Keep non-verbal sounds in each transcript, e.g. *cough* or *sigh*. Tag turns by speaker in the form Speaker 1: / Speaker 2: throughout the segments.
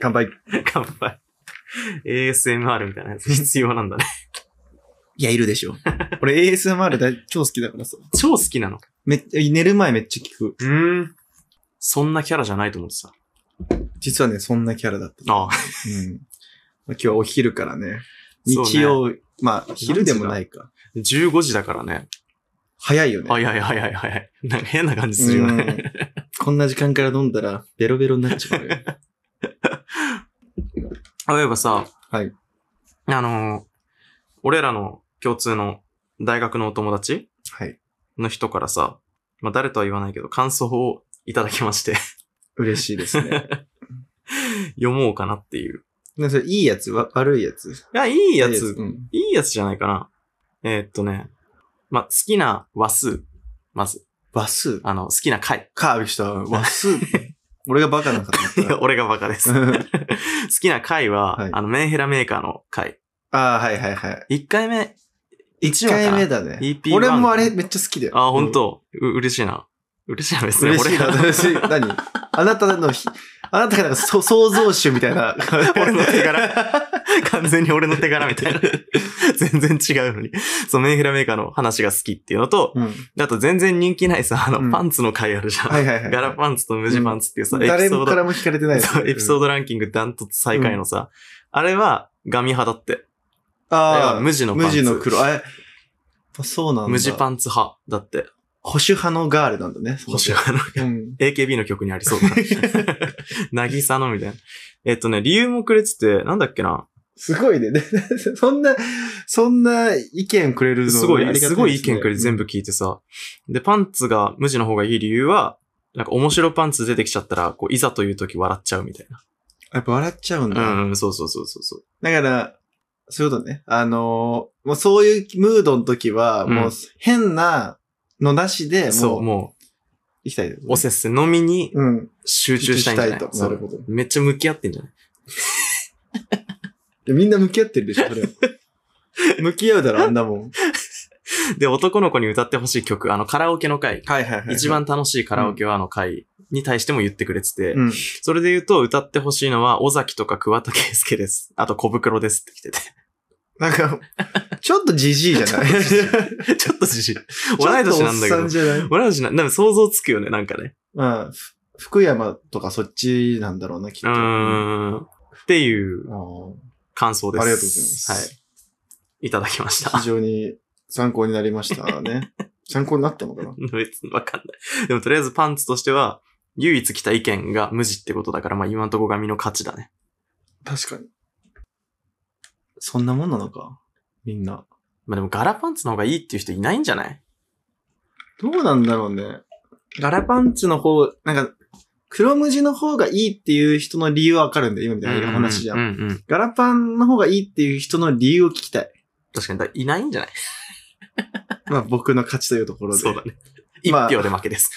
Speaker 1: 乾杯。
Speaker 2: *laughs* 乾杯。ASMR みたいなやつ *laughs* 必要なんだね。
Speaker 1: いや、いるでし
Speaker 2: *laughs*
Speaker 1: ょ。俺 ASMR だ超好きだからさ。
Speaker 2: 超好きなの。
Speaker 1: めっ寝る前めっちゃ聞く。
Speaker 2: うん。そんなキャラじゃないと思ってさ。
Speaker 1: 実はね、そんなキャラだった。
Speaker 2: ああ。
Speaker 1: うん。今日はお昼からね。
Speaker 2: そうね
Speaker 1: 日曜、まあ、昼でもないか。
Speaker 2: 15時だからね。
Speaker 1: 早いよね。
Speaker 2: 早い早い早い早い。なんか変な感じするよね。
Speaker 1: うんこんな時間から飲んだら、ベロベロになっちゃう
Speaker 2: *laughs*
Speaker 1: よ。
Speaker 2: 例えばさ、
Speaker 1: はい。
Speaker 2: あのー俺らの共通の大学のお友達
Speaker 1: はい。
Speaker 2: の人からさ、まあ誰とは言わないけど、感想をいただきまして、 *laughs*
Speaker 1: 嬉しいですね。
Speaker 2: 読もうかなっていう。
Speaker 1: でそれいいやつわ悪いやつ
Speaker 2: いや、いい
Speaker 1: い
Speaker 2: やつ、
Speaker 1: うん。
Speaker 2: いいやつじゃないかな。えーっとね、まあ好きな話数、まず、
Speaker 1: 和数
Speaker 2: あの、好きな回。
Speaker 1: カービした。和数
Speaker 2: *laughs*
Speaker 1: 俺がバカなのかと思った。
Speaker 2: 俺がバカです。好
Speaker 1: うん
Speaker 2: きな回は、
Speaker 1: はい
Speaker 2: あの、メンヘラメーカーの回。
Speaker 1: ああ、はいはいはい。
Speaker 2: 1回目、
Speaker 1: 1
Speaker 2: 話か
Speaker 1: 回目だね。
Speaker 2: EP1
Speaker 1: 俺もあれめっちゃ好きだよ。
Speaker 2: あ、本
Speaker 1: うん
Speaker 2: 当、う嬉しいな。嬉しいな、別に。
Speaker 1: 嬉しいな、
Speaker 2: 俺が
Speaker 1: 嬉しい。何あなたのひ、あなたがなんかそ創造主みたい
Speaker 2: *laughs*
Speaker 1: な。
Speaker 2: 俺の手柄。完全に俺の手柄みた
Speaker 1: *laughs*
Speaker 2: いな。全然違うのに。そう、メンヘラメーカーの話が好きっていうのと、
Speaker 1: うん。
Speaker 2: あと全然人気ないさ、あ
Speaker 1: うん
Speaker 2: の、パンツの回あるじゃん。
Speaker 1: はいはいはい。
Speaker 2: ガラパンツと無地パンツっていうさ、エピ
Speaker 1: 誰
Speaker 2: ソー
Speaker 1: もか
Speaker 2: ド、
Speaker 1: らも聞かれてないです
Speaker 2: そ
Speaker 1: ね。
Speaker 2: うエピソー
Speaker 1: ー
Speaker 2: ドランキングダントツ最下位のさ、あれは、ガミ派だって。
Speaker 1: ド。ああ、
Speaker 2: 無地のパンツ
Speaker 1: 無地の黒。あ、やっぱそうなんだ。
Speaker 2: 無地パ
Speaker 1: ン。
Speaker 2: ンツ派だって。
Speaker 1: 保守派のガールなんだね。その
Speaker 2: 星は
Speaker 1: *laughs*
Speaker 2: あの、
Speaker 1: うん。
Speaker 2: AKB の曲にありそうだ
Speaker 1: *laughs*
Speaker 2: な。なぎさのみたいな。えっとね、理由もくれてて、なんだっけな。
Speaker 1: すごいね。で *laughs* そんな、そんな意見くれるの
Speaker 2: すご
Speaker 1: ありが
Speaker 2: い、
Speaker 1: たですね
Speaker 2: ごい意見くれて全部聞いてさ。で、パンツが無地の方がいい理由は、なんか面白パンツ出てきちゃったら、こう、いざという時笑っちゃうみたいな。
Speaker 1: やっぱ笑っちゃうんだ。
Speaker 2: うん、うん、そうそうそうそうそう。
Speaker 1: だから、そういうことね。あのーもうそういうムードの時は、
Speaker 2: うん
Speaker 1: もう変なのなしで、
Speaker 2: そ
Speaker 1: も
Speaker 2: う、
Speaker 1: う、
Speaker 2: も
Speaker 1: 行きたいです
Speaker 2: う、おせっせのみに
Speaker 1: うん。
Speaker 2: 集中したいんじゃない
Speaker 1: 集中したいと
Speaker 2: そう
Speaker 1: なるほど
Speaker 2: めっちゃ向き合ってんじゃない
Speaker 1: いやみんな向き合ってるでしょ、それ
Speaker 2: *laughs*
Speaker 1: は。向き合うだろ、あんなもん。
Speaker 2: で、男の子に歌ってほしい曲、あの、カラオケの回。
Speaker 1: はいはいは
Speaker 2: 一番楽しいカラオケはあの回に対しても言ってくれてて、
Speaker 1: うん。
Speaker 2: それで言うと歌ってほしいのは尾崎とか桑田佳祐です。あと小袋ですって来て
Speaker 1: なんか、ちょっとじじいじゃない
Speaker 2: て。ちょっと自信。 *laughs* 同い年なんだ
Speaker 1: ちょっと
Speaker 2: け
Speaker 1: おっさ
Speaker 2: ど
Speaker 1: ん。じゃない
Speaker 2: 俺たちな、なんか想像つくよね、なんかね。
Speaker 1: まあ、ふ福山とかそっちなんだろうな、きっ
Speaker 2: う
Speaker 1: と。あ
Speaker 2: ーん。っていう
Speaker 1: ー
Speaker 2: 感想です。
Speaker 1: ありがとうございます
Speaker 2: はい。いただきました。
Speaker 1: 非常に参考になりました
Speaker 2: *laughs*
Speaker 1: ね。参考になったのかな
Speaker 2: 別にわかんない。でもとりあえずパンツとしては、唯一来た意見が無地ってことだから、まあ今んとこが身の価値だね。
Speaker 1: 確かに。そんなもんなのかみんな。
Speaker 2: まあでも柄パンツの方がいいっていう人いないんじゃない
Speaker 1: どうなんだろうね。ガラパンツの方、なんか、黒無地の方がいいっていう人の理由はわかるんだよ、今みたいな話じゃん。
Speaker 2: うんうんうん。
Speaker 1: ガラパンの方がいいっていう人の理由を聞きたい。
Speaker 2: 確かに、だいないんじゃない
Speaker 1: まあ僕の勝ちというところで。
Speaker 2: そうだね。一
Speaker 1: まあ
Speaker 2: 票で負けです。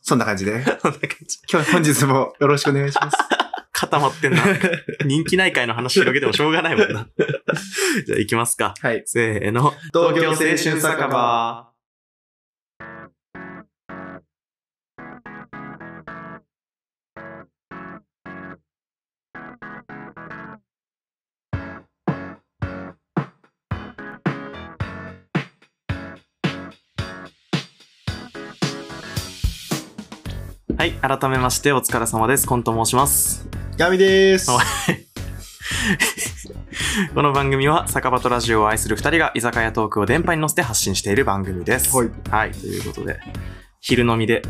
Speaker 1: そんな感じで。
Speaker 2: *laughs* そんな感じ
Speaker 1: 今日、本日もよろしくお願いし
Speaker 2: *laughs*
Speaker 1: ます。
Speaker 2: 固まって
Speaker 1: *laughs*
Speaker 2: んな。人気ない回の話広げてもしょうがないもんな。じゃあ行きますか。
Speaker 1: はい。
Speaker 2: せーの。
Speaker 1: 東京青春酒場。
Speaker 2: はい、改めましてお疲れ様です。コンと申します。
Speaker 1: ガミです。
Speaker 2: おこの番組は酒場とラジオを愛する2人が居酒屋トークを電波に乗せて発信している番組です。
Speaker 1: はい。
Speaker 2: ということで、昼飲みで、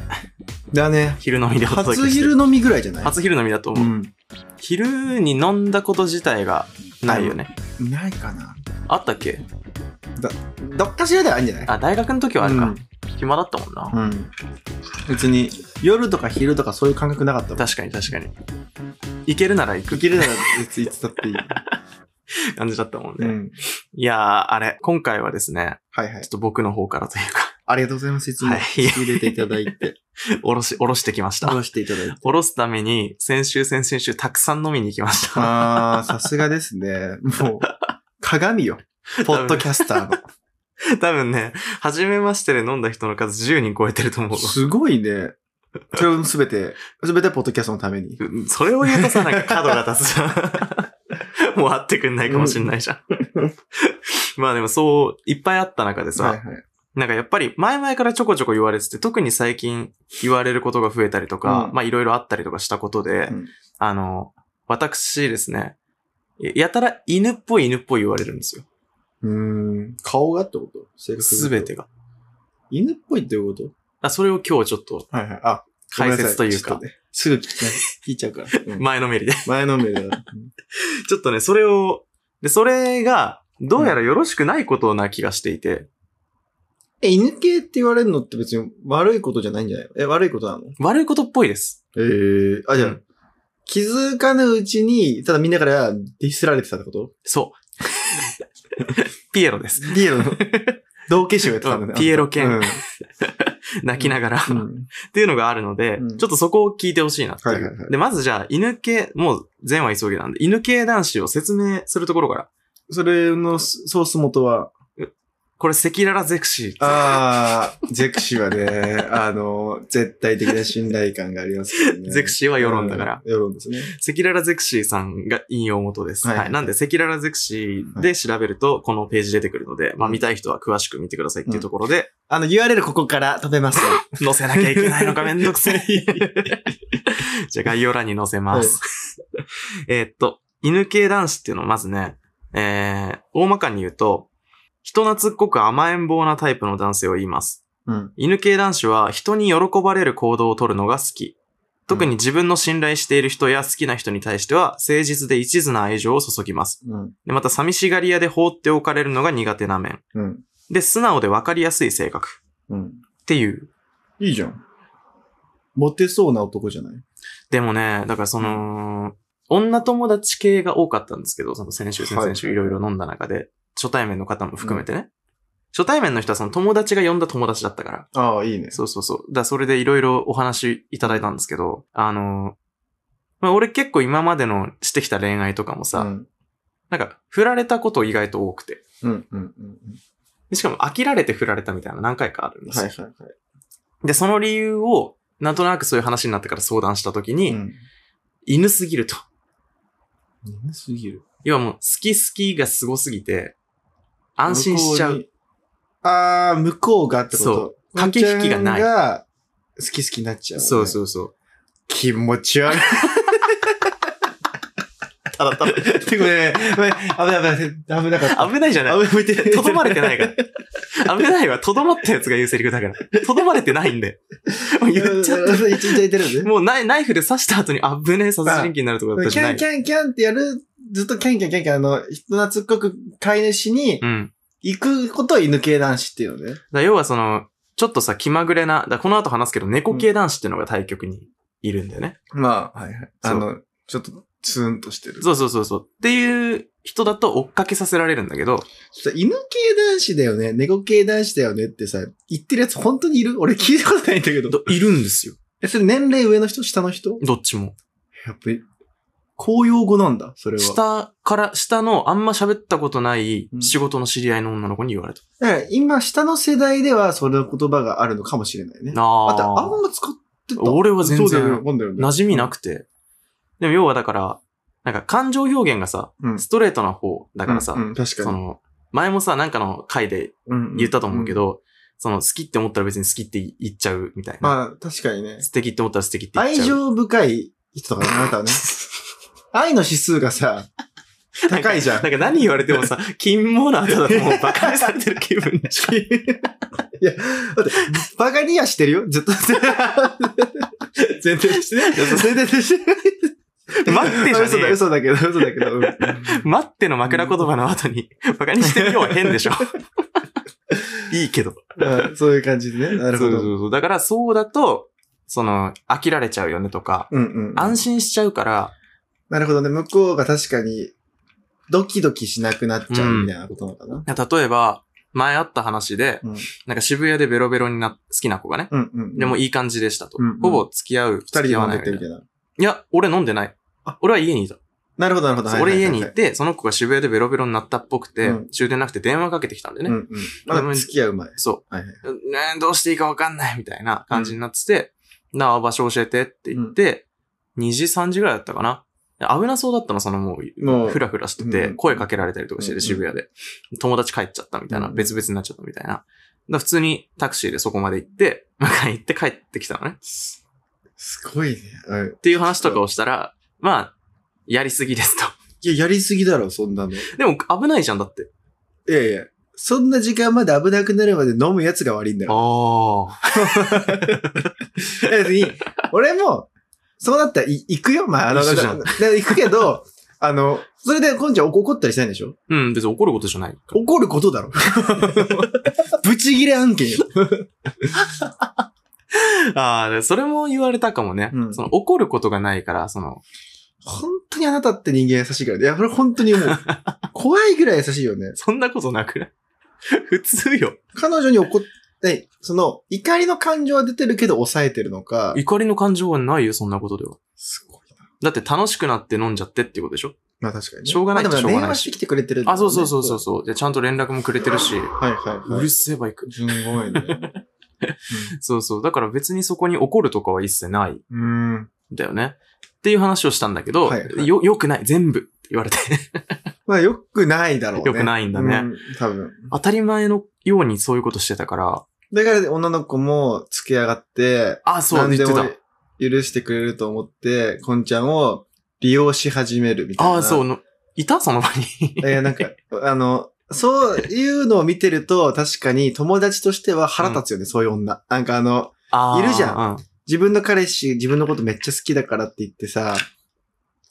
Speaker 1: だね。
Speaker 2: 昼飲みでお届けして
Speaker 1: 初昼飲みぐらいじゃない
Speaker 2: 初昼飲みだと思う。
Speaker 1: ん。
Speaker 2: 昼に飲んだこと自体がないよね。
Speaker 1: ないかな。
Speaker 2: あったっけ
Speaker 1: どっかしらではあるんじゃない
Speaker 2: あ、大学の時はあるか。暇だったもんな。
Speaker 1: うん。うん。別に、夜とか昼とかそういう感覚なかったもん。
Speaker 2: 確かに確かに。行けるなら行く
Speaker 1: 切れなら別にいつだっていい。
Speaker 2: 感じだったもん
Speaker 1: う
Speaker 2: ね。
Speaker 1: ん。
Speaker 2: いやー、あれ、今回はですね、
Speaker 1: はいはい
Speaker 2: ちょっ。と僕の方からというか、 *laughs*
Speaker 1: ありがとうございます。いつも
Speaker 2: はい
Speaker 1: 入れていただ
Speaker 2: *laughs*
Speaker 1: いて、
Speaker 2: おろし、おろしてきました。
Speaker 1: 話していただいて。
Speaker 2: おろすために、先週、先々週、たくさん飲みに行きました。
Speaker 1: ああ、さすがです *laughs* ね。もう、鏡よ。ポッドキャスター
Speaker 2: *laughs* 多分ね、初めましてで飲んだ人の数10人超えてると思う
Speaker 1: の。
Speaker 2: わ。
Speaker 1: すごいね。それもすべて、すべてポッドキャストのために。
Speaker 2: うんそれを言うとさ、なんか角が立つじゃん。 *laughs* もう会ってくんないかもしんないじゃん。
Speaker 1: *laughs*
Speaker 2: まあでもそう、いっぱいあった中でさ、
Speaker 1: はいはい。
Speaker 2: なんかやっぱり前々からちょこちょこ言われてて、特に最近言われることが増えたりとか、
Speaker 1: うん
Speaker 2: まあいろいろあったりとかしたことで、
Speaker 1: うん
Speaker 2: あの、私ですね、ややたら犬っぽい犬っぽい言われるんですよ。
Speaker 1: うーん。顔がってこと性格
Speaker 2: すべ。てが。
Speaker 1: 犬っぽいっていうこと
Speaker 2: あそれを今日ちょっと
Speaker 1: はいはい。あ、
Speaker 2: 解説という
Speaker 1: ご
Speaker 2: か
Speaker 1: めんなさ、ちょっねすぐ聞きな聞いちゃうから。 *laughs* うん
Speaker 2: 前のめりで。
Speaker 1: 前のめりだ。
Speaker 2: ちょっとね、それを、で、それが、どうやらよろしくないことな気がしていて、
Speaker 1: え、犬系って言われるのって別に悪いことじゃないんじゃないのえ、悪いことなの
Speaker 2: 悪いことっぽいです。
Speaker 1: ええあ、じゃあ、
Speaker 2: うん
Speaker 1: 気づかぬうちに、ただみんなからディスられてたってこと
Speaker 2: そう。 *laughs* ピエロです。
Speaker 1: ピエロの、同化種をやってたんだね
Speaker 2: う。んピエロ犬
Speaker 1: うん。
Speaker 2: 泣きながら、
Speaker 1: う
Speaker 2: っ
Speaker 1: ん
Speaker 2: ていうのがあるので、
Speaker 1: うん
Speaker 2: ちょっとそこを聞いてほしいなっていう、
Speaker 1: はいはいはい
Speaker 2: で、まずじゃあ、犬系、もう前は急ぎなんで、犬系男子を説明するところから、
Speaker 1: それのソース元は、
Speaker 2: これ赤裸々ゼクシー。
Speaker 1: ああ、ゼクシーはね、あの、絶対的な信頼感がありますけどね。
Speaker 2: ゼクシーは世論だから。
Speaker 1: うん。世論ですね。
Speaker 2: 赤裸々ゼクシーさんが引用元です。
Speaker 1: は
Speaker 2: はいい、
Speaker 1: はい
Speaker 2: なんで、赤裸々ゼクシーで調べると、このページ出てくるので、まあ見たい人は詳しく見てくださいっていうところで、
Speaker 1: あの、URL ここから飛べます。
Speaker 2: 載せなきゃいけないの *laughs* かめんどくさい。じゃあ概要欄に載せます。 *laughs* えーっと、犬系男子っていうのはまずね、えー、大まかに言うと、人懐っこく甘えん坊なタイプの男性を言います。
Speaker 1: うん。
Speaker 2: 犬系男子は人に喜ばれる行動を取るのが好き。特に自分の信頼している人や好きな人に対しては誠実で一途な愛情を注ぎます。
Speaker 1: うん。
Speaker 2: でまた寂しがり屋で放っておかれるのが苦手な面。
Speaker 1: うん。
Speaker 2: で、素直で分かりやすい性格
Speaker 1: うん。
Speaker 2: っていう
Speaker 1: いいじゃん。モテそうな男じゃない
Speaker 2: でもね、だからその、女友達系が多かったんですけど、その先週、
Speaker 1: はい
Speaker 2: 先々週いろいろ飲んだ中で、初対面の方も含めてね。初対面の人はその友達が呼んだ友達だったから。
Speaker 1: ああ、いいね。
Speaker 2: そうそうそう。だからそれでいろいろお話いただいたんですけど、あの、まあ、俺結構今までのしてきた恋愛とかもさ、
Speaker 1: うん。
Speaker 2: なんか振られたこと意外と多くて。
Speaker 1: うん。うん。うん。
Speaker 2: でしかも飽きられて振られたみたいな何回かあるんですよ。
Speaker 1: はいはいはい。
Speaker 2: で、その理由を、なんとなくそういう話になってから相談した時に、
Speaker 1: うん。
Speaker 2: 犬すぎると。
Speaker 1: 眠すぎる。
Speaker 2: 要はもう、好き好きがすごすぎて、安心しちゃう。。
Speaker 1: ああ、向こうがってこと。
Speaker 2: そう駆け引きがな
Speaker 1: ワン
Speaker 2: い
Speaker 1: ちゃんが好き好きになっちゃう、。
Speaker 2: そうそうう *laughs* そう。
Speaker 1: 気持ち悪い。
Speaker 2: ただただ。
Speaker 1: てかね、危ない危ない。危なかった。
Speaker 2: 危ないじゃない。
Speaker 1: 危ない。危ない。
Speaker 2: *laughs* とどまれてな
Speaker 1: *laughs*
Speaker 2: いから。危ないは、とどまったやつが言うセリフだから。とどまれてないんで。もう言っちゃった。
Speaker 1: 一日いてるんで。
Speaker 2: *laughs* もうナイナイフで刺した後に危ねえ殺人鬼になるとこだった
Speaker 1: キ
Speaker 2: じゃな
Speaker 1: ャン
Speaker 2: い
Speaker 1: キ。ャンキャンってやる、ずっとキャンキャンキャンキャン、あの、人懐っこく飼い主に
Speaker 2: うん。
Speaker 1: 行くことを犬系男子っていうのね。
Speaker 2: だから要はその、ちょっとさ、気まぐれな、だからこの後話すけど、猫系男子っていうのが対局にいるんだよね。
Speaker 1: まあ、はいはい。あの、ちょっと、ツーンとしてる。
Speaker 2: そうそうそうそう。っていう人だと追っかけさせられるんだけど、
Speaker 1: ちょっと犬系男子だよね、猫系男子だよねってさ、言ってるやつ本当にいる俺聞いたことないんだけど。
Speaker 2: どいるんですよ。
Speaker 1: え、それ年齢上の人下の人
Speaker 2: どっちも。
Speaker 1: やっぱり、公用語なんだ、それは。
Speaker 2: 下から、下のあんま喋ったことない
Speaker 1: うん
Speaker 2: 仕事の知り合いの女の子に言われた。
Speaker 1: だから今、下の世代ではその言葉があるのかもしれないね。
Speaker 2: あ
Speaker 1: あと、あん
Speaker 2: あ。
Speaker 1: ま使ってた。
Speaker 2: 俺は全然
Speaker 1: そうだよね、今度よね。
Speaker 2: 馴染みなくて。でも要はだから、なんか感情表現がさ、
Speaker 1: うん
Speaker 2: ストレートな方だからさ、
Speaker 1: うんうん確か
Speaker 2: そ
Speaker 1: に。
Speaker 2: の、前もさ、なんかの回で
Speaker 1: うん
Speaker 2: 言ったと思うけ。ど、その好きって思ったら別に好きって言っちゃうみたいな。
Speaker 1: まあ、確かにね。
Speaker 2: 素敵って思ったら素敵って言っ
Speaker 1: 愛
Speaker 2: ちゃう。
Speaker 1: 情深い人だからね、あなた
Speaker 2: *laughs*
Speaker 1: はね。愛の指数がさ、高いじゃん
Speaker 2: な。んか何言われて
Speaker 1: *laughs*
Speaker 2: もさ、金モナーだともう馬鹿にされてる気分にしか
Speaker 1: いや、だって、バカにはしてるよ、ずっと。全然してない。全然してない。
Speaker 2: 待ってじゃ
Speaker 1: 嘘
Speaker 2: ね
Speaker 1: だ、
Speaker 2: えよ
Speaker 1: 嘘だけど、嘘だけど。うん
Speaker 2: *laughs* 待っての枕言葉の後に、馬鹿にしてるようは変
Speaker 1: *laughs*
Speaker 2: でしょ。いいけど。
Speaker 1: うんそういう感じでね。なるほ
Speaker 2: そう
Speaker 1: ど。
Speaker 2: そうそうだからそうだと、その、飽きられちゃうよねとか、
Speaker 1: うんうん。
Speaker 2: 安心しちゃうから、
Speaker 1: なるほどね。向こうが確かに、ドキドキしなくなっちゃうみたいなことなのかな。
Speaker 2: 例えば、前あった話で、
Speaker 1: うん
Speaker 2: なんか渋谷でベロベロにな、好きな子がね、
Speaker 1: うんうん。
Speaker 2: でも
Speaker 1: い。
Speaker 2: いい感じでしたと。
Speaker 1: うんうん
Speaker 2: ほぼ付き合う、
Speaker 1: 二人
Speaker 2: 付
Speaker 1: で
Speaker 2: き合
Speaker 1: 飲
Speaker 2: わ
Speaker 1: ん
Speaker 2: な
Speaker 1: で
Speaker 2: いみ
Speaker 1: って
Speaker 2: たい
Speaker 1: み
Speaker 2: な。
Speaker 1: たいな。
Speaker 2: いや、俺飲んでない
Speaker 1: あ。
Speaker 2: 俺は家にいた。
Speaker 1: なるほど、なるほど。はい
Speaker 2: 俺家に
Speaker 1: はいい
Speaker 2: て、その子が渋谷でベロベロになったっぽくて、
Speaker 1: うん
Speaker 2: 終電なくて電話かけてきたんでね。
Speaker 1: はいうんうん。まだ付き合う前。
Speaker 2: そう。
Speaker 1: はいはい。
Speaker 2: ね、どうしていいかわかんないみたいな感じになってて、なあ、場所教えてって言って、2時、3時ぐらいだったかな。危なそうだったの、そのもう、
Speaker 1: もう
Speaker 2: ふ、らふらして
Speaker 1: う
Speaker 2: て、
Speaker 1: ん
Speaker 2: 声かけられたりとかして
Speaker 1: うんう
Speaker 2: て、
Speaker 1: ん
Speaker 2: 渋谷で。友達帰っちゃったみたいな、
Speaker 1: うん
Speaker 2: 別々になっちゃったみたいな。だから普通にタクシーでそこまで行って、 *laughs* 迎え行って帰ってきたのね。
Speaker 1: すすごいね。はい
Speaker 2: っていう話とかをしたら、まあ、やりすぎですと。 *laughs*
Speaker 1: いや、やりすぎだろ、そんなの。い
Speaker 2: でも危ないじゃん、だって。
Speaker 1: やいや、そんな時間まで危なくなるまで飲むやつが悪いんだよ。
Speaker 2: ああ。
Speaker 1: *laughs* 別に、俺も、そうなったらい行くよ、まあ、あの、
Speaker 2: 一緒
Speaker 1: だ
Speaker 2: じ
Speaker 1: か
Speaker 2: ゃ
Speaker 1: ら
Speaker 2: ん
Speaker 1: だから行くけど、 *laughs* あの、それで今度は怒ったりしないんでしょ
Speaker 2: うん、別に怒ることじゃないから。
Speaker 1: 怒ることだろ。ブチギレ案件よ。
Speaker 2: *laughs* ああ、でそれも言われたかもね。
Speaker 1: うん
Speaker 2: その怒ることがないから、その、
Speaker 1: 本当にあなたって人間優しいからね。いや、これ本当にもう、怖いぐらい優しいよね。
Speaker 2: そんなことなくない
Speaker 1: *laughs*
Speaker 2: 普通よ。
Speaker 1: 彼女に怒って、その、怒りの感情は出てるけど抑えてるのか。
Speaker 2: 怒りの感情はないよ、そんなことでは。
Speaker 1: すごいな。
Speaker 2: だって楽しくなって飲んじゃってっていうことでしょ
Speaker 1: まあ確かにね。
Speaker 2: しょうがないっ
Speaker 1: ま
Speaker 2: ちゃ
Speaker 1: あ
Speaker 2: し
Speaker 1: で
Speaker 2: ょう
Speaker 1: も
Speaker 2: が
Speaker 1: 電
Speaker 2: ない
Speaker 1: 話
Speaker 2: し
Speaker 1: してきてくれてるんだも
Speaker 2: あ、
Speaker 1: んね、
Speaker 2: そうそうそうそうそう。で、ちゃんと連絡もくれてるし、
Speaker 1: はいはい、
Speaker 2: う
Speaker 1: はい。
Speaker 2: るせえバイク。
Speaker 1: すごいね。
Speaker 2: そうそう。だから別にそこに怒るとかは一切ないん
Speaker 1: うん。うん
Speaker 2: だよね。っていう話をしたんだけど、
Speaker 1: はいはい
Speaker 2: よ、良くない。全部って言われて。 *laughs*
Speaker 1: まあ、よくないだろうね。
Speaker 2: 良くないんだね
Speaker 1: うん。多分。
Speaker 2: 当たり前のようにそういうことしてたから、
Speaker 1: だから女の子も付き上がって、
Speaker 2: あ、そう
Speaker 1: 何
Speaker 2: 言
Speaker 1: で
Speaker 2: ってた
Speaker 1: も。許してくれると思って、こんちゃんを利用し始めるみたいな。
Speaker 2: あ、そうの、いたその場
Speaker 1: *laughs*
Speaker 2: に。
Speaker 1: えーなんか、あの、そういうのを見てると、確かに友達としては腹立つよね、そういう女。なんかあの、
Speaker 2: あー
Speaker 1: いるじゃ
Speaker 2: うん。
Speaker 1: 自分の彼氏、自分のことめっちゃ好きだからって言ってさ、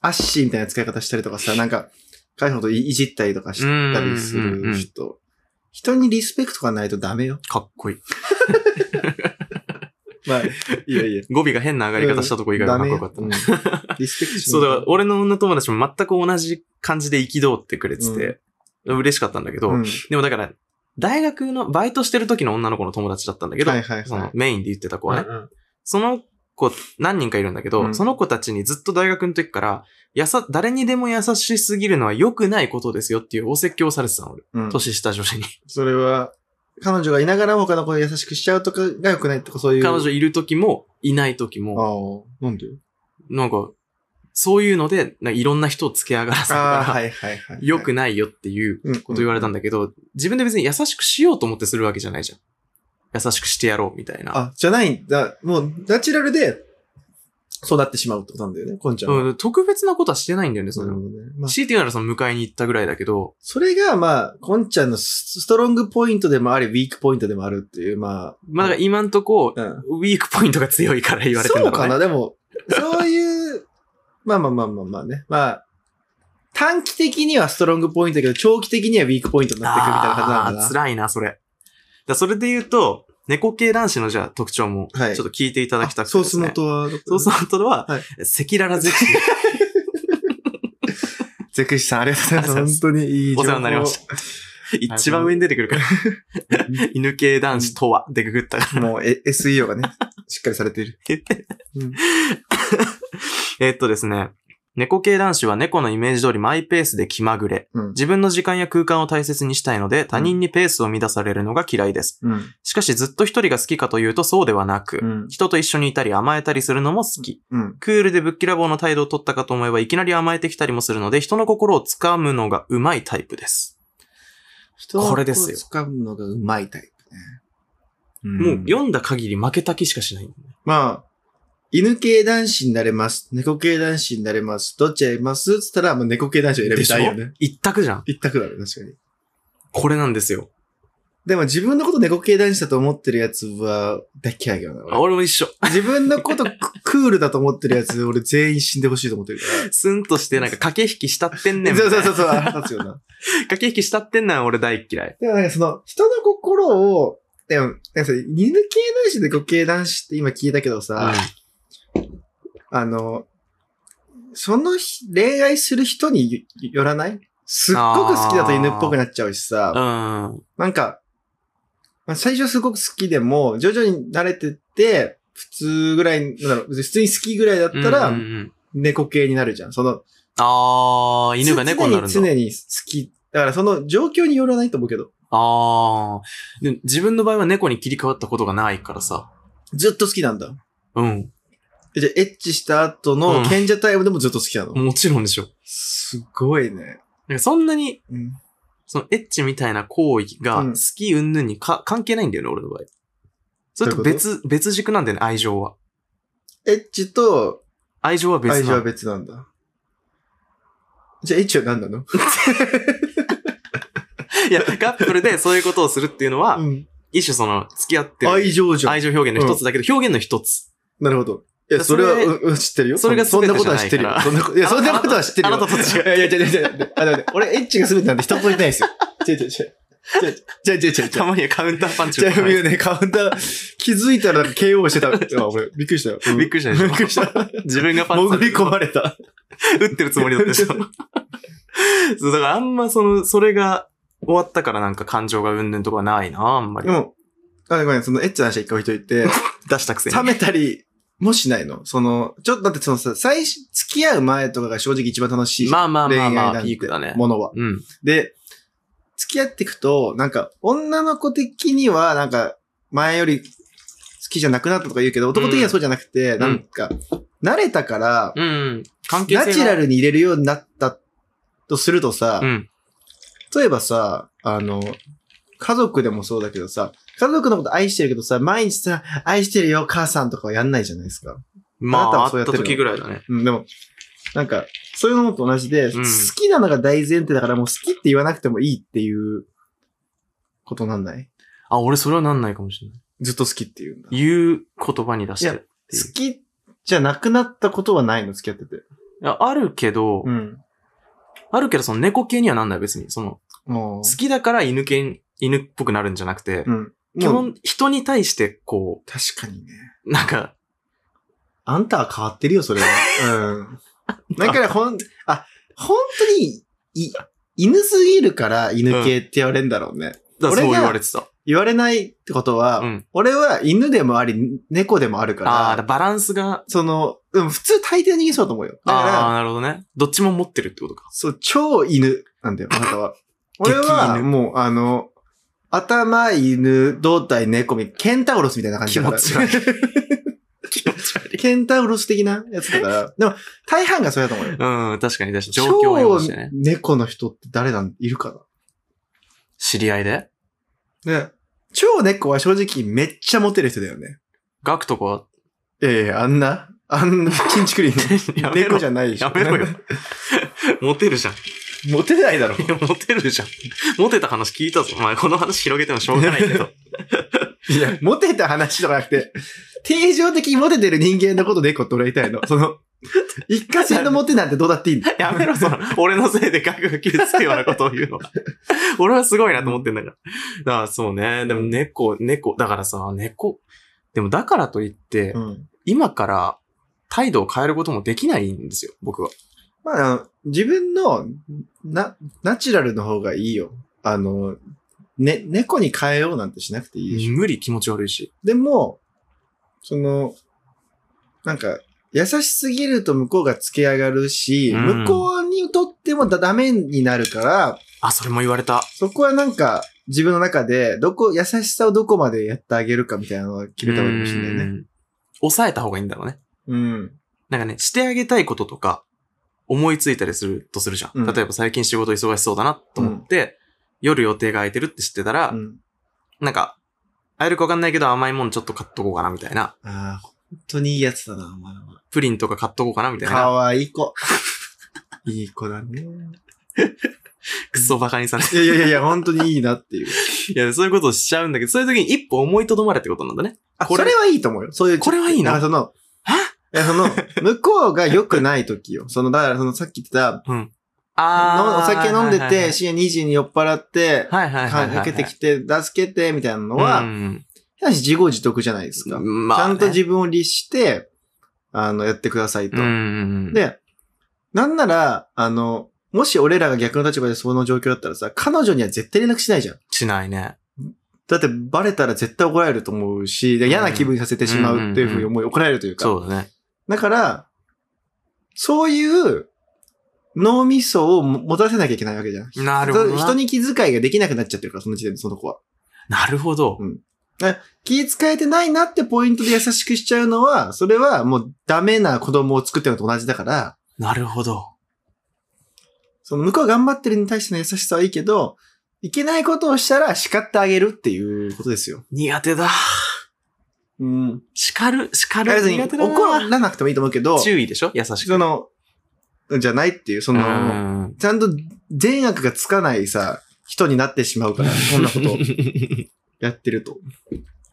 Speaker 1: アッシーみたいな使い方したりとかさ、なんか、彼氏のこといいじったりとかしたりす
Speaker 2: うんうんうんう
Speaker 1: る
Speaker 2: ん
Speaker 1: 人。人にリスペクトがないとダメよ。
Speaker 2: かっこいい。
Speaker 1: ま *laughs* あ、いやいや。
Speaker 2: 語尾が変な上がり方したとこ以外はかっこよかった
Speaker 1: ダ
Speaker 2: ね。
Speaker 1: メようんリスペクトしな
Speaker 2: そ、
Speaker 1: いうと
Speaker 2: だから俺の女友達も全く同じ感じで憤ってくれてて、嬉しかったんだけど、
Speaker 1: うん
Speaker 2: でもだから、大学のバイトしてる時の女の子の友達だったんだけど、
Speaker 1: はいはい
Speaker 2: そ
Speaker 1: は
Speaker 2: の
Speaker 1: い。
Speaker 2: メインで言ってた子はね、
Speaker 1: うんうん
Speaker 2: その子何人かいるんだけど、
Speaker 1: うん
Speaker 2: その子たちにずっと大学の時から、やさ、誰にでも優しすぎるのは良くないことですよっていうお説教をされてたの、俺。
Speaker 1: うん
Speaker 2: 年下女子に。
Speaker 1: それは、彼女がいながらも他の子に優しくしちゃうとかが良くないとかそういう。
Speaker 2: 彼女いる時も、いない時も、
Speaker 1: ああ、なんで
Speaker 2: なんか、そういうので、なんかいろんな人を付け上がらせる
Speaker 1: ああ、
Speaker 2: か
Speaker 1: はいはいはい。
Speaker 2: ら、良くないよっていう
Speaker 1: うん、こ
Speaker 2: こと言われた
Speaker 1: ん
Speaker 2: んだけど、自分で別に優しくしようと思ってするわけじゃないじゃん。優しくしてやろうみたいな。
Speaker 1: あ、じゃないんだ。もう、ナチュラルで育ってしまうってことなんだよね、こんちゃんは。
Speaker 2: うん、特別なことはしてないんだよね、そ
Speaker 1: な
Speaker 2: れ
Speaker 1: る
Speaker 2: は
Speaker 1: ほ。どね。まあ、
Speaker 2: 強いて言うならその迎えに行ったぐらいだけど、
Speaker 1: それが、まあ、こんちゃんのスストロングポイントでもあり、ウィークポイントでもあるっていう、まあ。
Speaker 2: まあだから今んとこ、
Speaker 1: うん。
Speaker 2: ウィークポイントが強いから言われてん
Speaker 1: そ
Speaker 2: だ
Speaker 1: う
Speaker 2: ろ
Speaker 1: か
Speaker 2: うね。
Speaker 1: な、でも、そういう、 *laughs* まあまあまあまあまあね。まあ、短期的にはストロングポイントだけど、長期的にはウィークポイントになってくるみたいな感じなんだ
Speaker 2: あー
Speaker 1: な。
Speaker 2: 辛いな、それ。だからそれで言うと、猫系男子のじゃあ特徴も、ちょ
Speaker 1: は
Speaker 2: っ
Speaker 1: い
Speaker 2: と聞いていただきたくて
Speaker 1: ソ
Speaker 2: で
Speaker 1: ース
Speaker 2: すね。
Speaker 1: 元は、
Speaker 2: ソースモトは、
Speaker 1: はい
Speaker 2: 赤
Speaker 1: *laughs*
Speaker 2: 裸々尽くし
Speaker 1: ゼクシさん、ありがとうござい
Speaker 2: *laughs* ありがとうござ
Speaker 1: ま
Speaker 2: います
Speaker 1: す。本当にいい情報
Speaker 2: お世話になりまし一番上に出てくるから。犬系男子とは、でググったから。
Speaker 1: *laughs* もう、え SEO がね、しっかりされている。
Speaker 2: えっとですね。猫系男子は猫のイメージ通りマイペースで気まぐれ。
Speaker 1: うん。
Speaker 2: 自分の時間や空間を大切にしたいので、他人にペースを乱されるのが嫌いです。
Speaker 1: うん。
Speaker 2: しかしずっと一人が好きかというとそうではなく、
Speaker 1: うん。
Speaker 2: 人と一緒にいたり甘えたりするのも好き。
Speaker 1: うん。
Speaker 2: クールでぶっきらぼうの態度を取ったかと思えばいきなり甘えてきたりもするので、人の心を掴むのがうまいタイプです。
Speaker 1: 人を
Speaker 2: これですよ
Speaker 1: 掴むのがうまいタイプね。
Speaker 2: もう
Speaker 1: よ
Speaker 2: 読んだ限り負けた気しかしない。
Speaker 1: まあ、犬系男子になれます。猫系男子になれます。どっちやりますつったら、もう猫系男子を選びたいよ
Speaker 2: でし
Speaker 1: ね
Speaker 2: ょ。一択じゃん。
Speaker 1: 一択だろ、確かに。
Speaker 2: これなんですよ。
Speaker 1: でも自分のこと猫系男子だと思ってるやつは、大嫌いだよな。
Speaker 2: あ
Speaker 1: 俺
Speaker 2: 俺も一緒。
Speaker 1: 自分のことククールだと思ってるやつ、俺全員死んでほしいと思ってるから。
Speaker 2: スンとしてなんか駆け引きしたってんね
Speaker 1: *laughs*
Speaker 2: ん。。
Speaker 1: そうそうそううそう、あ立つよな。
Speaker 2: 駆け引きしたってんなん俺大嫌い。
Speaker 1: でもなんかその、人の心を、でも、なんかさ、犬系男子で子系男子って今聞いたけどさ、あの、そのひ恋愛する人によよらないすっごく好きだと犬っぽくなっちゃうし
Speaker 2: う
Speaker 1: さ、
Speaker 2: ん。うん。
Speaker 1: なんか、まあ、最初すごく好きでも、徐々に慣れてって、普通ぐらい、なんだろう、普通に好きぐらいだったら
Speaker 2: うんう、んうん
Speaker 1: 猫系になるじゃん。その、
Speaker 2: あー、犬が猫になるんだ
Speaker 1: 常。に常に好き。だからその状況によらないと思うけど、
Speaker 2: あー。で自分の場合は猫に切り替わったことがないからさ。
Speaker 1: ずっと好きなんだ。
Speaker 2: ううん。
Speaker 1: じゃあ、エッチした後の賢者タイムでもずっと好きなの、
Speaker 2: もちろんでしょ。
Speaker 1: すごいね。
Speaker 2: なんかそんなに、
Speaker 1: うん。
Speaker 2: そのエッチみたいな行為が
Speaker 1: うん
Speaker 2: 好き云々にか関係ないんだよね、俺の場合。それと
Speaker 1: どういうこ
Speaker 2: 別、別軸なんだよね、愛情は。
Speaker 1: エッチと
Speaker 2: 愛情は別
Speaker 1: 愛情
Speaker 2: な
Speaker 1: は
Speaker 2: の。
Speaker 1: 別なんだ。じゃあ、エッチは何なの
Speaker 2: いや、カップルでそういうことをするっていうのは、
Speaker 1: うん。
Speaker 2: 一種その、付き合ってる
Speaker 1: 愛情じゃん。
Speaker 2: 愛情表現の一つだけど、表現の一つ。
Speaker 1: なるほど。いや、
Speaker 2: そ
Speaker 1: そ
Speaker 2: れ
Speaker 1: れは、うんうん知ってるよ。
Speaker 2: それが
Speaker 1: そんなことは知っ
Speaker 2: 全
Speaker 1: て
Speaker 2: てじ
Speaker 1: る
Speaker 2: ゃ
Speaker 1: よ
Speaker 2: ない。
Speaker 1: そんなこと、いや、そんなことは知ってるよ。
Speaker 2: あなたと違う。
Speaker 1: いやいや、違う違う違う。あ、だって、俺、エッチがするなんて一言も言ってないですよ。 *laughs* 違う違う違う。違う違う違う違う違う。
Speaker 2: たまにはカウンターパンチ
Speaker 1: じ
Speaker 2: を
Speaker 1: ゃあ、みよね、カウンター、気づいたら KO してた。あ俺、びっくりしたよ。うん
Speaker 2: *laughs* びっくりしたでし
Speaker 1: *laughs*
Speaker 2: ょ
Speaker 1: びっくりした。
Speaker 2: 自分がパンチ
Speaker 1: 潜り込まれた。 *laughs*
Speaker 2: 打ってるつもりだったでしょ。 *laughs* そう、だからあんまその、それが終わったからなんか感情がうんぬんとかないな、あんまり
Speaker 1: で。も、あ、ごめん、そのエッチな話は一回置いといて、
Speaker 2: 出したくせに
Speaker 1: 冷。めたりもしないのその、ちょっと、だってそのさ、最初、付き合う前とかが正直一番楽しい
Speaker 2: まあまあまあ
Speaker 1: 恋愛な
Speaker 2: まあ、
Speaker 1: んて
Speaker 2: ピークだね。
Speaker 1: ものは。
Speaker 2: うん。
Speaker 1: で、付き合っていくと、なんか、女の子的には、なんか、前より好きじゃなくなったとか言うけど、男的にはそうじゃなくて、
Speaker 2: ん
Speaker 1: なんか、慣れたから、
Speaker 2: うん。関係性が
Speaker 1: ナチュラルに入れるようになったとするとさ、
Speaker 2: うん。
Speaker 1: 例えばさ、あの、家族でもそうだけどさ、家族のこと愛してるけどさ、毎日さ、愛してるよ、母さんとかはやんないじゃないですか。
Speaker 2: ま
Speaker 1: あなた
Speaker 2: あ、
Speaker 1: はそうや
Speaker 2: 会っ
Speaker 1: ったてるの
Speaker 2: 時ぐらいだね。
Speaker 1: うん、でも、なんか、そういうのと同じで、
Speaker 2: うん
Speaker 1: 好きなのが大前提だから、もう好きって言わなくてもいいっていうことなんない
Speaker 2: あ、俺それはなんないかもしれない。
Speaker 1: ずっと好きっていうんだ。好
Speaker 2: 言う言葉に出してるっていう。
Speaker 1: きじゃなくなったことはないの、付き合ってて。
Speaker 2: いや、あるけど、
Speaker 1: うん。
Speaker 2: あるけどその猫系にはなんない別に。その、
Speaker 1: も
Speaker 2: 好きだから犬系に、犬っぽくなるんじゃなく
Speaker 1: う。、
Speaker 2: て
Speaker 1: うん。
Speaker 2: 基
Speaker 1: もう、
Speaker 2: 本人に対してこ
Speaker 1: 確かにね。
Speaker 2: う、なんか、
Speaker 1: あんたは変わってるよ、それは。うん。だから、ほん、あ、本当に、い、犬すぎるから犬系って言われるんだろうね。
Speaker 2: だか
Speaker 1: 俺
Speaker 2: らそう
Speaker 1: が
Speaker 2: 言われてた。
Speaker 1: 言われないってことは、
Speaker 2: うん
Speaker 1: 俺は犬でもあり、猫でもあるか
Speaker 2: あ
Speaker 1: ら、
Speaker 2: あ、だからバランスが
Speaker 1: その、うん、普通大抵の人そうだと思うよ。だ
Speaker 2: ああー、
Speaker 1: から、
Speaker 2: なるほどね。どっちも持ってるってことか。
Speaker 1: そう、超犬なんだよ、あなた
Speaker 2: *laughs*
Speaker 1: は。
Speaker 2: 激
Speaker 1: 俺
Speaker 2: 犬
Speaker 1: は、もう、あの、頭犬、胴体猫み、ケンタウロスみたいな感じだから。
Speaker 2: 気持ち悪
Speaker 1: 気持ち悪い。ケンタウロス的なやつだから。でも、大半がそれだと思うよ。
Speaker 2: うん、確かに確かに。状況を用意してね
Speaker 1: 超。猫の人って誰なん、いるか
Speaker 2: 知り合いで
Speaker 1: な。ね。超猫は正直めっちゃモテる人だよね。
Speaker 2: ガクと
Speaker 1: *laughs*
Speaker 2: かは、
Speaker 1: いやいや、あんな、あんな、チンチクリンの。
Speaker 2: *laughs* やめろ
Speaker 1: 猫じゃないでしょ。
Speaker 2: やめ
Speaker 1: *laughs*
Speaker 2: ろよ。モテるじゃん。
Speaker 1: モテないだろ。
Speaker 2: いや、モテるじゃん。モテた話聞いたぞ。お前、この話広げてもしょうがないけ
Speaker 1: *laughs*
Speaker 2: ど。
Speaker 1: いや、モテた話とかなくて、定常的にモテてる人間のこと猫って俺言いたいの。そ
Speaker 2: *laughs*
Speaker 1: の、一過性のモテなんてどうだっていいんだ。
Speaker 2: やめろ、その、俺のせいでガクが傷つくようなことを言うのは。俺はすごいなと思ってんだから。だから、そうね。でも、猫、猫、だからさ、猫。でも、だからといって、
Speaker 1: うん。
Speaker 2: 今から態度を変えることもできないんですよ、僕は。
Speaker 1: まああの、自分の、な、ナチュラルの方がいいよ。あの、ね、猫に変えようなんてしなくていいでしょ。
Speaker 2: 無理、気持ち悪いし。
Speaker 1: でも、その、なんか、優しすぎると向こうがつけ上がるし、
Speaker 2: うん
Speaker 1: 向こうにとってもダダメになるから、
Speaker 2: あ、それも言われた。
Speaker 1: そこはなんか、自分の中で、どこ、優しさをどこまでやってあげるかみたいなのは決めた方がいいかもしれないね。
Speaker 2: ね。抑えた方がいいんだろうね。
Speaker 1: うん。
Speaker 2: なんかね、してあげたいこととか、思いついたりするとするじゃん。
Speaker 1: うん
Speaker 2: 例えば最近仕事忙しそうだなと思って、夜予定が空いてるって知ってたら、
Speaker 1: うん。
Speaker 2: なんか、会えるかわかんないけど甘いもんちょっと買っとこうかなみたいな。
Speaker 1: ああ、本当にいいやつだな、お前は。
Speaker 2: プリンとか買っとこうかなみたい
Speaker 1: か
Speaker 2: な。
Speaker 1: わいい子。 *laughs* いい子だね。
Speaker 2: くそバカにさ
Speaker 1: *laughs*
Speaker 2: れて。
Speaker 1: いやいやいやいや、本当にいいなっていう。
Speaker 2: いや、そういうことをしちゃうんだけど、そういう時に一歩思いとどまれってことなんだね。
Speaker 1: あ、
Speaker 2: こ
Speaker 1: こ
Speaker 2: れ
Speaker 1: れはいいと思うよ。そういう。
Speaker 2: これはいい
Speaker 1: だ
Speaker 2: の
Speaker 1: からその、いやその、向こうが良くない時よ。その、だからその、さっき言ってた、の
Speaker 2: あ
Speaker 1: お
Speaker 2: ー。
Speaker 1: 酒飲んで
Speaker 2: はいはいはい
Speaker 1: て、深夜2時に酔っ払って、
Speaker 2: はいはいはいはい。
Speaker 1: かけてきて、助けて、みたいなの
Speaker 2: たう
Speaker 1: は、
Speaker 2: ん、
Speaker 1: ただし自業自得じゃないですか。
Speaker 2: ま
Speaker 1: ち
Speaker 2: あ
Speaker 1: ゃ
Speaker 2: ね、
Speaker 1: んと自分を律して、あの、やってくださいと。
Speaker 2: うんうんうん。
Speaker 1: で、なんなら、あの、もし俺らが逆の立場でその状況だったらさ、彼女には絶対連絡しないじゃん。
Speaker 2: しないね。
Speaker 1: だってバレたら絶対怒られると思うし、で嫌な気分にさせてしまうっていうふうに思い、怒られるというか。
Speaker 2: そうだね。
Speaker 1: だから、そういう脳みそを持たせなきゃいけないわけじゃん。
Speaker 2: なるほどな。
Speaker 1: 人に気遣いができなくなっちゃってるから、その時点でその子は。
Speaker 2: なるほど。
Speaker 1: うん気使えてないなってポイントで優しくしちゃうのは、それはもうダメな子供を作ってるのと同じだから、
Speaker 2: なるほど。
Speaker 1: その向こうが頑張ってるに対しての優しさはいいけど、いけないことをしたら叱ってあげるっていうことですよ。
Speaker 2: 苦手だ。
Speaker 1: うん。
Speaker 2: 叱る、叱る。
Speaker 1: 別に
Speaker 2: 苦手だな
Speaker 1: 怒らなくてもいいと思うけど、
Speaker 2: 注意でしょ優しく。
Speaker 1: その、じゃないっていう、そうの、
Speaker 2: ん。
Speaker 1: ちゃんと善悪がつかないさ、人になってしまうから、こんなことを *laughs* やってると。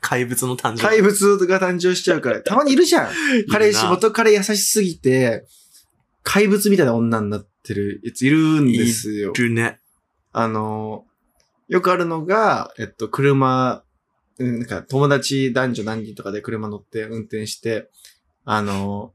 Speaker 2: 怪物の誕生。
Speaker 1: 怪物が誕生しちゃうから、たまにいるじゃん。彼氏元彼優しすぎて、怪物みたいな女になってるやついるんですよ。
Speaker 2: いるね。
Speaker 1: あの、よくあるのが、えっと、車、うんなんか友達男女何人とかで車乗って運転して、あの、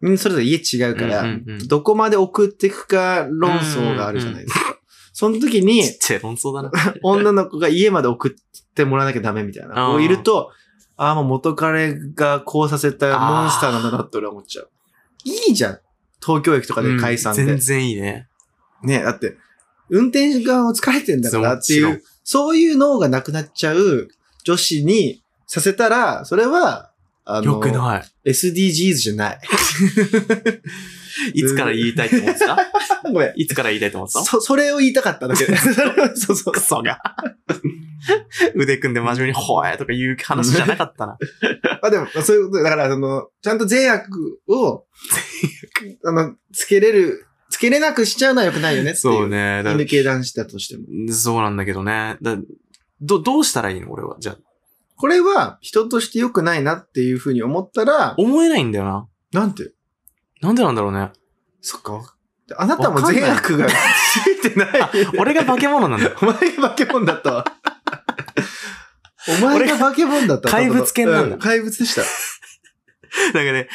Speaker 1: みんなそれぞれ家違うから、
Speaker 2: うんうんうん
Speaker 1: どこまで送っていくか論争があるじゃないですか。その時に
Speaker 2: ち、っちゃい論争だな。
Speaker 1: 女の子が家まで送ってもらわなきゃダメみたいな。
Speaker 2: あー
Speaker 1: こういると、ああ、もう元彼がこうさせたモンスターなんだなって俺は思っちゃう。いいじゃん。東京駅とかで解散で。
Speaker 2: うん全然いいね。
Speaker 1: ね、だって、運転がも疲れてんだからってい
Speaker 2: そうもち
Speaker 1: う、そういう脳がなくなっちゃう女子にさせたら、それは、あ
Speaker 2: よ
Speaker 1: の
Speaker 2: く、ない。
Speaker 1: SDGs じゃない。 *laughs*
Speaker 2: いつから言いたいって思ってた
Speaker 1: ごめん。
Speaker 2: いつから言いたいって思ってた
Speaker 1: *laughs* そ、それを言いたかった
Speaker 2: *laughs*
Speaker 1: だけで。そうそう
Speaker 2: ク。ソが。 *laughs* 腕組んで真面目に、ほえとか言う話じゃなかっ
Speaker 1: *laughs*
Speaker 2: たな。
Speaker 1: まあでも、そういうこと、だから、その、ちゃんと善悪を、あの、つけれる、つけれなくしちゃうのは良くないよねっていう。
Speaker 2: そう。ね。だ
Speaker 1: 犬系男子だとしても。
Speaker 2: そうなんだけどね。だど、どうしたらいいの俺は。じゃあ
Speaker 1: これは、人として良くないなっていうふうに思ったら、
Speaker 2: 思えないんだよな。
Speaker 1: なんて、
Speaker 2: なんでなんだろうね。
Speaker 1: そっか。あなたも善悪 *laughs* がついてない。
Speaker 2: 俺が化け物なんだよ。
Speaker 1: お前が化け物だったわ。お前が化け物だったわ
Speaker 2: 怪物犬なんだ
Speaker 1: う怪物でした。
Speaker 2: *laughs* なんかね、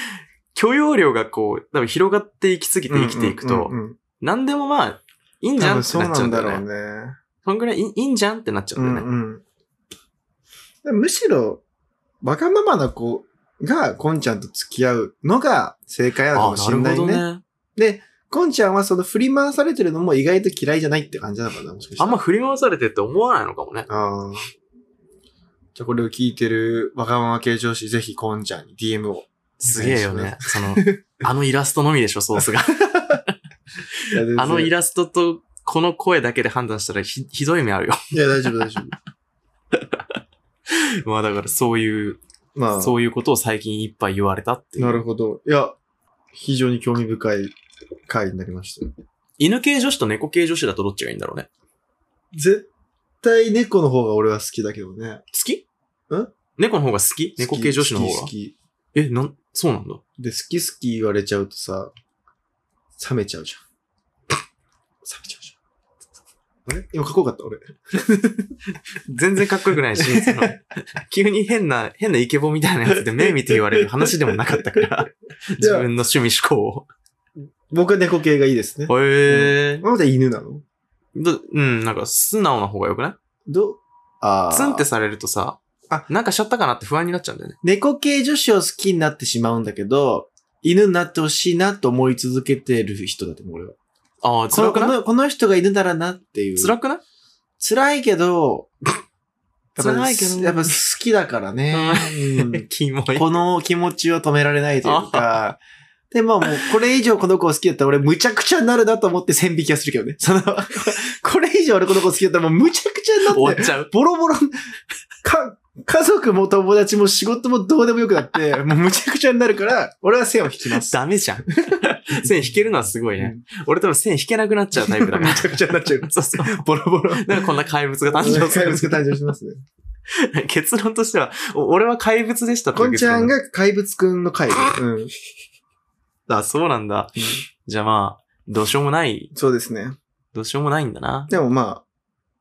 Speaker 2: 許容量がこう、多分広がっていきすぎて生きていく
Speaker 1: う
Speaker 2: と、
Speaker 1: んうんうん
Speaker 2: 何でもまあ、いいんじ
Speaker 1: 多
Speaker 2: ゃん
Speaker 1: 分
Speaker 2: って
Speaker 1: そう
Speaker 2: なっちゃ
Speaker 1: な
Speaker 2: うん
Speaker 1: ん
Speaker 2: だ
Speaker 1: だろ
Speaker 2: よ
Speaker 1: う
Speaker 2: ね。
Speaker 1: ね。
Speaker 2: そんぐらいいいいいんじゃんってなっちゃう
Speaker 1: うんん
Speaker 2: だよね。
Speaker 1: うん、むしろ、わがままな子がコンちゃんと付き合うのが正解なのかもしれないね。
Speaker 2: ね。
Speaker 1: コンちゃんはその振り回されてるのも意外と嫌いじゃないって感じなのかな、もしかした
Speaker 2: あ
Speaker 1: ら。
Speaker 2: んま振り回されてって思わないのかもね。
Speaker 1: あーじゃあこれを聞いてるわがまま系上司、ぜひコンちゃんに DM を。
Speaker 2: すげえよ
Speaker 1: *laughs*
Speaker 2: ね。その、あのイラストのみでしょ、ソースが。あのイ
Speaker 1: ラ
Speaker 2: ラストと、この声だけで判断したらひ、ひどい目あるよ。 *laughs*
Speaker 1: いや、大丈夫、大丈夫。
Speaker 2: まあだからそういう、
Speaker 1: まあ、
Speaker 2: そういうことを最近いっぱい言われたっていう。
Speaker 1: なるほど。いや、非常に興味深い回になりました。
Speaker 2: 犬系女子と猫系女子だとどっちがいいんだろうね。
Speaker 1: 絶対猫の方が俺は好きだけどね。
Speaker 2: 好き
Speaker 1: ん
Speaker 2: 猫の方が好き猫系女子の方
Speaker 1: 好
Speaker 2: が。
Speaker 1: き
Speaker 2: え、なん、そうなんだ。
Speaker 1: で、好き好き言われちゃうとさ、冷めちゃうじゃん。冷めちゃうじゃん。あれ今かっこよかった俺。
Speaker 2: 全然かっこよくないし、その *laughs* 急に変な、変なイケボみたいなやつで目見て言われる話でもなかったから、自分の趣味思考
Speaker 1: 僕は猫系がいいですね。
Speaker 2: を。へえ
Speaker 1: なんで犬なの
Speaker 2: ーどうん、なんか素直な方がよくない
Speaker 1: どあー
Speaker 2: ツンってされるとさ
Speaker 1: あ、
Speaker 2: なんかしちゃったかなって不安になっちゃうんだよね。
Speaker 1: 猫系女子を好きになってしまうんだけど、犬になってほしいなと思い続けてる人だと思う俺は。
Speaker 2: ああ、辛く
Speaker 1: こ
Speaker 2: ない
Speaker 1: のこの人が犬ならなっていう。
Speaker 2: 辛くない
Speaker 1: 辛いけど、 *laughs* やっぱ
Speaker 2: 辛いけど
Speaker 1: やっぱ好きだからね。 *laughs* うん
Speaker 2: キモい。
Speaker 1: この気持ちを止められないというか、で、まあもう、これ以上この子を好きだったら俺むちゃくちゃになるなと思って線引きはするけどね。その、 *laughs* これ以上俺この子好きだったらもうむちゃくちゃになっ
Speaker 2: 終
Speaker 1: て、
Speaker 2: わっちゃう。
Speaker 1: ボロボロ、か、家族も友達も仕事もどうでもよくなって、もうむちゃくちゃになるから、俺は線を引きます。
Speaker 2: *laughs* ダメじゃん。 *laughs* 線引けるのはすごいね。俺多分線引けなく *laughs* なっちゃうタイプだから。
Speaker 1: むちゃくちゃになっちゃう。
Speaker 2: そうそう。
Speaker 1: ボロボロ。
Speaker 2: だからこんな怪物が誕生す
Speaker 1: 怪
Speaker 2: る。
Speaker 1: 物が誕生しますね。
Speaker 2: *laughs* 結論としては、お俺は怪物でしたってい
Speaker 1: こ
Speaker 2: うん結
Speaker 1: ちゃん
Speaker 2: 論だ。
Speaker 1: が怪物くんの回で。うん。
Speaker 2: あ、そうなんだ。じゃあまあ、どうしようもない、
Speaker 1: そうですね。
Speaker 2: どうしようもないんだな。
Speaker 1: でもまあ、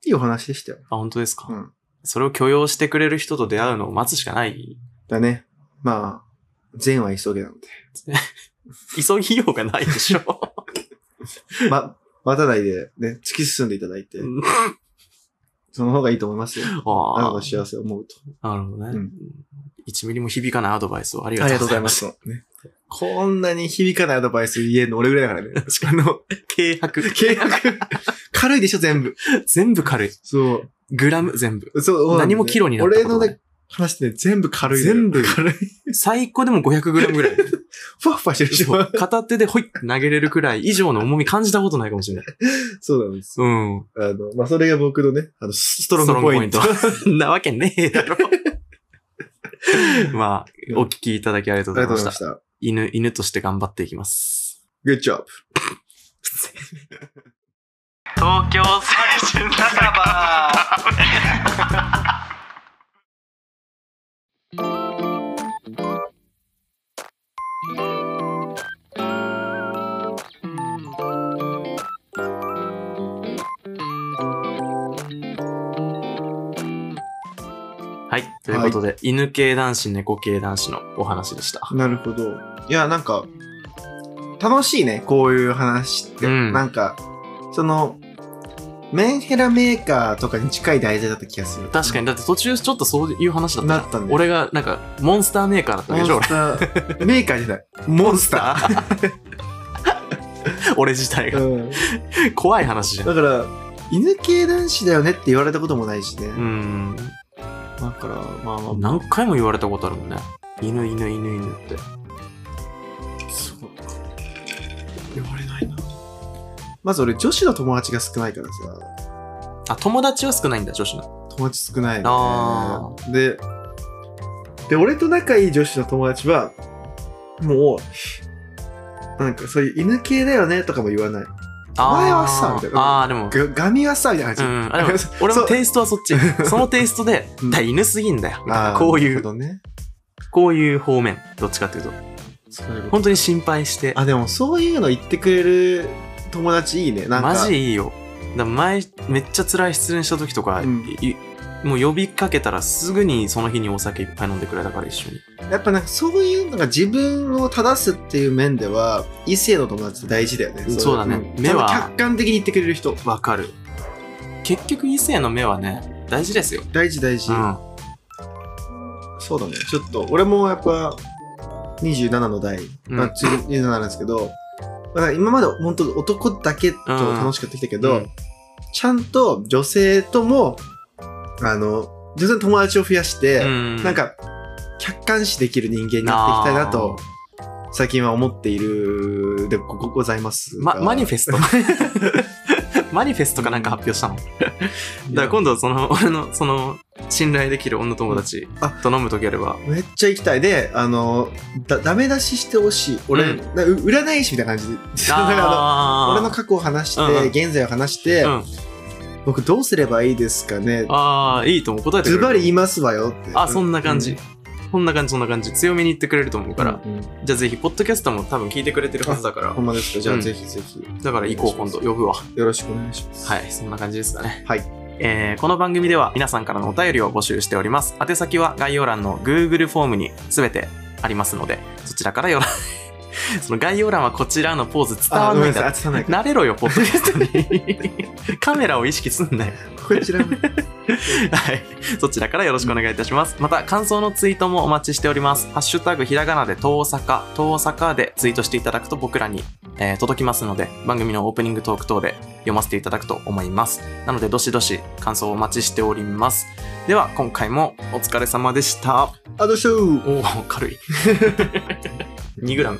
Speaker 1: いいお話でしたよ。
Speaker 2: あ、本当ですか、
Speaker 1: うん
Speaker 2: それを許容してくれる人と出会うのを待つしかない。
Speaker 1: だね。まあ、善は急げなので。
Speaker 2: 急ぎようがないでし
Speaker 1: *laughs*
Speaker 2: ょ。
Speaker 1: ま、待たないでね、突き進んでいただいて、その方がいいと思いますよ。あな
Speaker 2: あ
Speaker 1: た
Speaker 2: あ
Speaker 1: の。幸せを思うと。
Speaker 2: なるほど
Speaker 1: う
Speaker 2: ね
Speaker 1: ん。
Speaker 2: 一、ミリも響かないアドバイスをあり
Speaker 1: あ
Speaker 2: が
Speaker 1: り
Speaker 2: と
Speaker 1: が
Speaker 2: う
Speaker 1: と
Speaker 2: ご
Speaker 1: うご
Speaker 2: ざ
Speaker 1: ざい
Speaker 2: い
Speaker 1: ます
Speaker 2: ま。
Speaker 1: す。ねこんなに響かないアドバイス言えるの俺ぐらいだからね。あの、
Speaker 2: 軽薄。 *laughs*
Speaker 1: 軽いでしょ、全部。
Speaker 2: 全部軽い。
Speaker 1: そう。
Speaker 2: グラム全部。
Speaker 1: そう、
Speaker 2: 何もキロになった
Speaker 1: 俺
Speaker 2: こと
Speaker 1: の
Speaker 2: ない
Speaker 1: ね、話ってね、全部軽いのよ。
Speaker 2: 全部
Speaker 1: 軽い。
Speaker 2: 最高でも500グラムぐらい。
Speaker 1: ふわふわしてる *laughs* でし
Speaker 2: そ
Speaker 1: ょ
Speaker 2: う。片手でほいって投げれるくらい以上の重み感じたことないかもしれない。
Speaker 1: そうなんです。
Speaker 2: うん。
Speaker 1: あの、まあ、それが僕のね、あの、スストロングポイント。
Speaker 2: ストロングポイント。なわけね
Speaker 1: *laughs*
Speaker 2: えだろ。まあ、
Speaker 1: うん
Speaker 2: お聞きいただきありがと
Speaker 1: あ
Speaker 2: う
Speaker 1: り
Speaker 2: ご
Speaker 1: が
Speaker 2: ざ
Speaker 1: とうござ
Speaker 2: いまし
Speaker 1: い
Speaker 2: た
Speaker 1: ま。した。
Speaker 2: 犬、犬として頑張っていきます。
Speaker 1: Good job.
Speaker 2: 東京最新酒場はい。ということで、犬系男子、猫系男子のお話でした。
Speaker 1: なるほど。いや、なんか、楽しいね、こういう話って。
Speaker 2: うん
Speaker 1: なんか、その、メンヘラメーカーとかに近い題材だった気がする。
Speaker 2: 確かに、だって途中ちょっとそういう話だったじゃん。
Speaker 1: なったんだよ
Speaker 2: 俺が、なんか、モンスターメーカーだったでしょ
Speaker 1: モンス
Speaker 2: *laughs*
Speaker 1: ター、メーカーじゃない。モンスタ
Speaker 2: ー俺自体
Speaker 1: ー。
Speaker 2: が。 *laughs*
Speaker 1: うん、
Speaker 2: 怖い話じゃん。
Speaker 1: だから、犬系男子だよねって言われたこともないしね。
Speaker 2: うん。
Speaker 1: だから、まあまあ、
Speaker 2: 何回も言われたことあるもんね。犬、犬、犬、犬って。
Speaker 1: そうか。言われないな。まず俺、女子の友達が少ないからさ、
Speaker 2: あ、友達は少ないんだ、女子の。
Speaker 1: 友達少ない
Speaker 2: あ
Speaker 1: のね、で、で、俺と仲いい女子の友達は、もう、なんかそういう犬系だよねとかも言わない。
Speaker 2: あー
Speaker 1: 前はさみたいな
Speaker 2: あー、でも。
Speaker 1: がガミはさ、みたいな
Speaker 2: う
Speaker 1: 感じ。
Speaker 2: ん、あでも俺
Speaker 1: *laughs*
Speaker 2: も
Speaker 1: そう
Speaker 2: テイストはそっ
Speaker 1: *laughs*
Speaker 2: ち。そのテイストで、
Speaker 1: うん
Speaker 2: だから犬すぎんだよ。みたい
Speaker 1: あ
Speaker 2: な
Speaker 1: ー
Speaker 2: こう
Speaker 1: ないる
Speaker 2: う
Speaker 1: ほ、どね。
Speaker 2: こういう方面。どっちかっていうと。
Speaker 1: そういうこと
Speaker 2: 本当に心配して。
Speaker 1: あ、でもそういうの言ってくれる友達いいね。なんか。
Speaker 2: マジいいよ。だから前、めっちゃ辛い失恋した時とか、
Speaker 1: うん
Speaker 2: いもう呼びかけたらすぐにその日にお酒いっぱい飲んでくれたから一緒に。
Speaker 1: やっぱなんかそういうのが自分を正すっていう面では異性の友達って大事だよね。
Speaker 2: うんそうだね
Speaker 1: ん
Speaker 2: 目は
Speaker 1: 客観的に言ってくれる人
Speaker 2: わかる。結局異性の目はね、大事ですよ。
Speaker 1: 大事大事、
Speaker 2: うん。
Speaker 1: そうだね。ちょっと俺もやっぱ27の代、
Speaker 2: うん
Speaker 1: まあ、次27なんですけど、まあ、今まで本当男だけと楽しくやってきたけど、
Speaker 2: うん
Speaker 1: ちゃんと女性ともあの女性の友達を増やして、
Speaker 2: うん
Speaker 1: なんか客観視できる人間になっていきたいなと最近は思っているでごございます
Speaker 2: ま、マニフ
Speaker 1: ェ
Speaker 2: ェストマニフェストか *laughs* なんか発表したの。だから今度、その、俺の、その、信頼できる女友達
Speaker 1: あ
Speaker 2: と飲むときあれば、
Speaker 1: めっちゃ行きたいであのだダメ出ししてほしい俺、
Speaker 2: うん
Speaker 1: なう占い師みたいな感じで
Speaker 2: *laughs*
Speaker 1: なんか *laughs* あの
Speaker 2: あ
Speaker 1: 俺の過去を話して、
Speaker 2: うんうん
Speaker 1: 現在を話して、
Speaker 2: うん
Speaker 1: 僕どうすればいいですかね
Speaker 2: ああ、いいと思う。答えてく
Speaker 1: ズ
Speaker 2: れる。
Speaker 1: バリ言いますわよって
Speaker 2: あ、そんな感
Speaker 1: う
Speaker 2: じ
Speaker 1: ん。
Speaker 2: そんな感じ、そんな感じ。強めに言ってくれると思うから。
Speaker 1: うんうん
Speaker 2: じゃあぜひ、ポッドキャストも多分聞いてくれてるはずだから
Speaker 1: ほ。んまですかじゃ
Speaker 2: う
Speaker 1: あ
Speaker 2: ん
Speaker 1: ぜひぜひ
Speaker 2: だから行こう、今度。呼ぶわ。
Speaker 1: よろしくお願いします
Speaker 2: はい、そんな感じですかね。
Speaker 1: はい。
Speaker 2: えーこの番組では皆さんからのお便りを募集しております。宛先は概要欄の Google フォームに全てありますので、そちらからよろ、 *laughs* その概要欄はこちらのポーズ伝わ
Speaker 1: あ
Speaker 2: ん
Speaker 1: ご
Speaker 2: な
Speaker 1: め
Speaker 2: い
Speaker 1: んな
Speaker 2: ん
Speaker 1: さい
Speaker 2: だ。
Speaker 1: あつさないか
Speaker 2: 慣れろよ、ポッドキャストに。 *laughs* カメラを意識すんなよ。
Speaker 1: こちらも
Speaker 2: はい。そちらからよろしくお願いいたします。また、感想のツイートもお待ちしております。ハッシュタグひらがなで遠坂、遠坂でツイートしていただくと僕らに、えー届きますので、番組のオープニングトーク等で読ませていただくと思います。なので、どしどし感想をお待ちしております。では、今回もお疲れ様でした。
Speaker 1: あどうしよう
Speaker 2: おお、軽い。2g。